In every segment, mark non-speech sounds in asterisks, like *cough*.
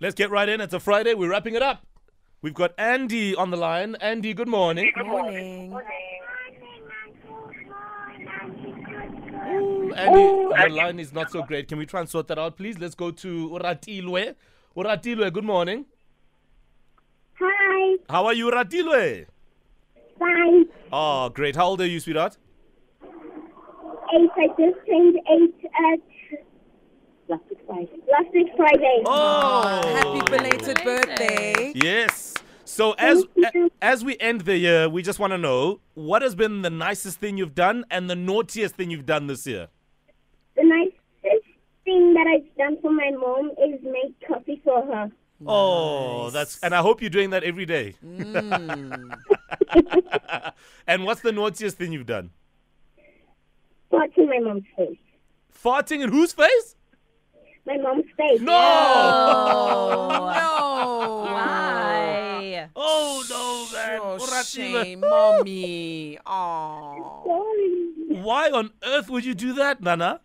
Let's get right in. It's a Friday. We're wrapping it up. We've got Andy on the line. Andy, good morning. Morning. Ooh, Andy, your line is not so great. Can we try and sort that out, please? Let's go to Ratilwe. Ratilwe, good morning. Hi, How are you, Ratilwe? fine. Oh, great. How old are you, sweetheart? Eight. I just turned eight at last week Friday. Last week Friday. Oh, Happy belated birthday. Yes. So as Thank you. a- as we end the year, we just want to know what has been the nicest thing you've done and the naughtiest thing you've done this year. The nicest thing that I've done for my mom is make coffee for her. Oh, that's and I hope you're doing that every day. Mm. *laughs* and what's the naughtiest thing you've done? Fart in my mom's face. Farting in whose face? My mom's face. No. Oh. Oh, No. Why? Oh no, man. Oh, Oratile. shame, mommy. Oh. Sorry. Why on earth would you do that, Nana?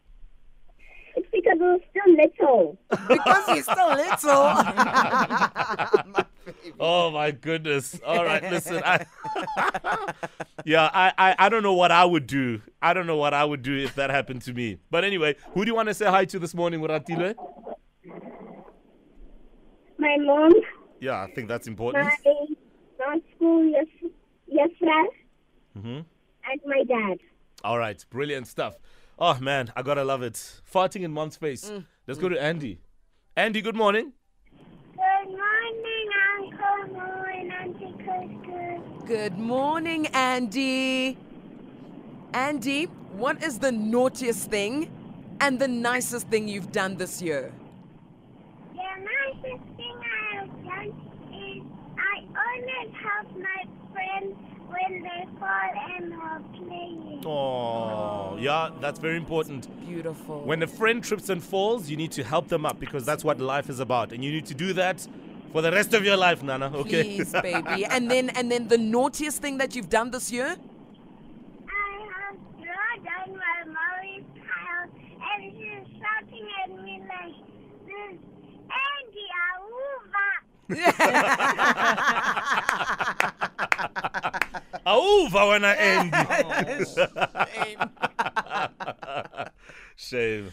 It's because I was still *laughs* little. Because he's so little. Oh my goodness! All right, listen. I, *laughs* yeah, I, I, I don't know what I would do. I don't know what I would do if that happened to me. But anyway, who do you want to say hi to this morning, Muratile? My mom, Yeah, I think that's important. my non school yes, yes friend, Mhm. and my dad. All right, brilliant stuff. Oh man, I gotta love it. Farting in mom's face. Let's go to Andy. Andy, good morning. Good morning, Uncle Mo and Auntie Coco. *laughs* Good morning, Andy. Andy, what is the naughtiest thing and the nicest thing you've done this year? The nicest thing I have done is I always help my friends when they fall and are playing. Oh, yeah, that's very important. Beautiful. When a friend trips and falls, you need to help them up because that's what life is about, and you need to do that for the rest of your life, Nana. Okay. Please, baby. And then and then the naughtiest thing that you've done this year? I have drawn down my mommy's pile and she's shouting at me like this. Andy, Aruba! Auva when I end. *laughs* Shame.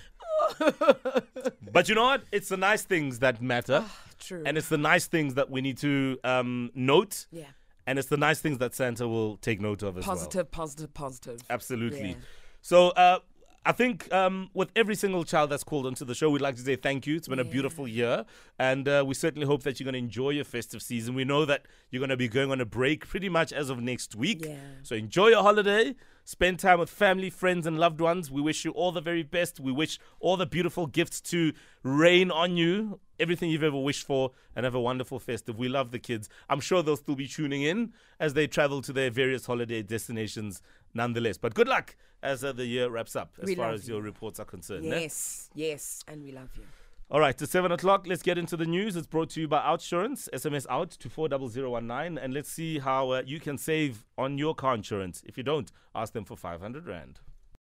but you know what? It's the nice things that matter. Ah, True. And it's the nice things that we need to um, note. Yeah. And it's the nice things that Santa will take note of as well. Positive, positive, positive. Absolutely. Yeah. So uh, I think um, with every single child that's called onto the show, we'd like to say thank you. It's been a beautiful year, and uh, we certainly hope that you're going to enjoy your festive season. We know that you're going to be going on a break pretty much as of next week. Yeah. So enjoy your holiday. Spend time with family, friends, and loved ones. We wish you all the very best. We wish all the beautiful gifts to rain on you, everything you've ever wished for, and have a wonderful festive. We love the kids. I'm sure they'll still be tuning in as they travel to their various holiday destinations nonetheless. But good luck as uh, the year wraps up, as We far love as your reports are concerned. eh? Yes, yes, and we love you. All right, to seven o'clock, let's get into the news. It's brought to you by Outsurance. SMS out to 40019, and let's see how uh, you can save on your car insurance. If you don't, ask them for 500 Rand.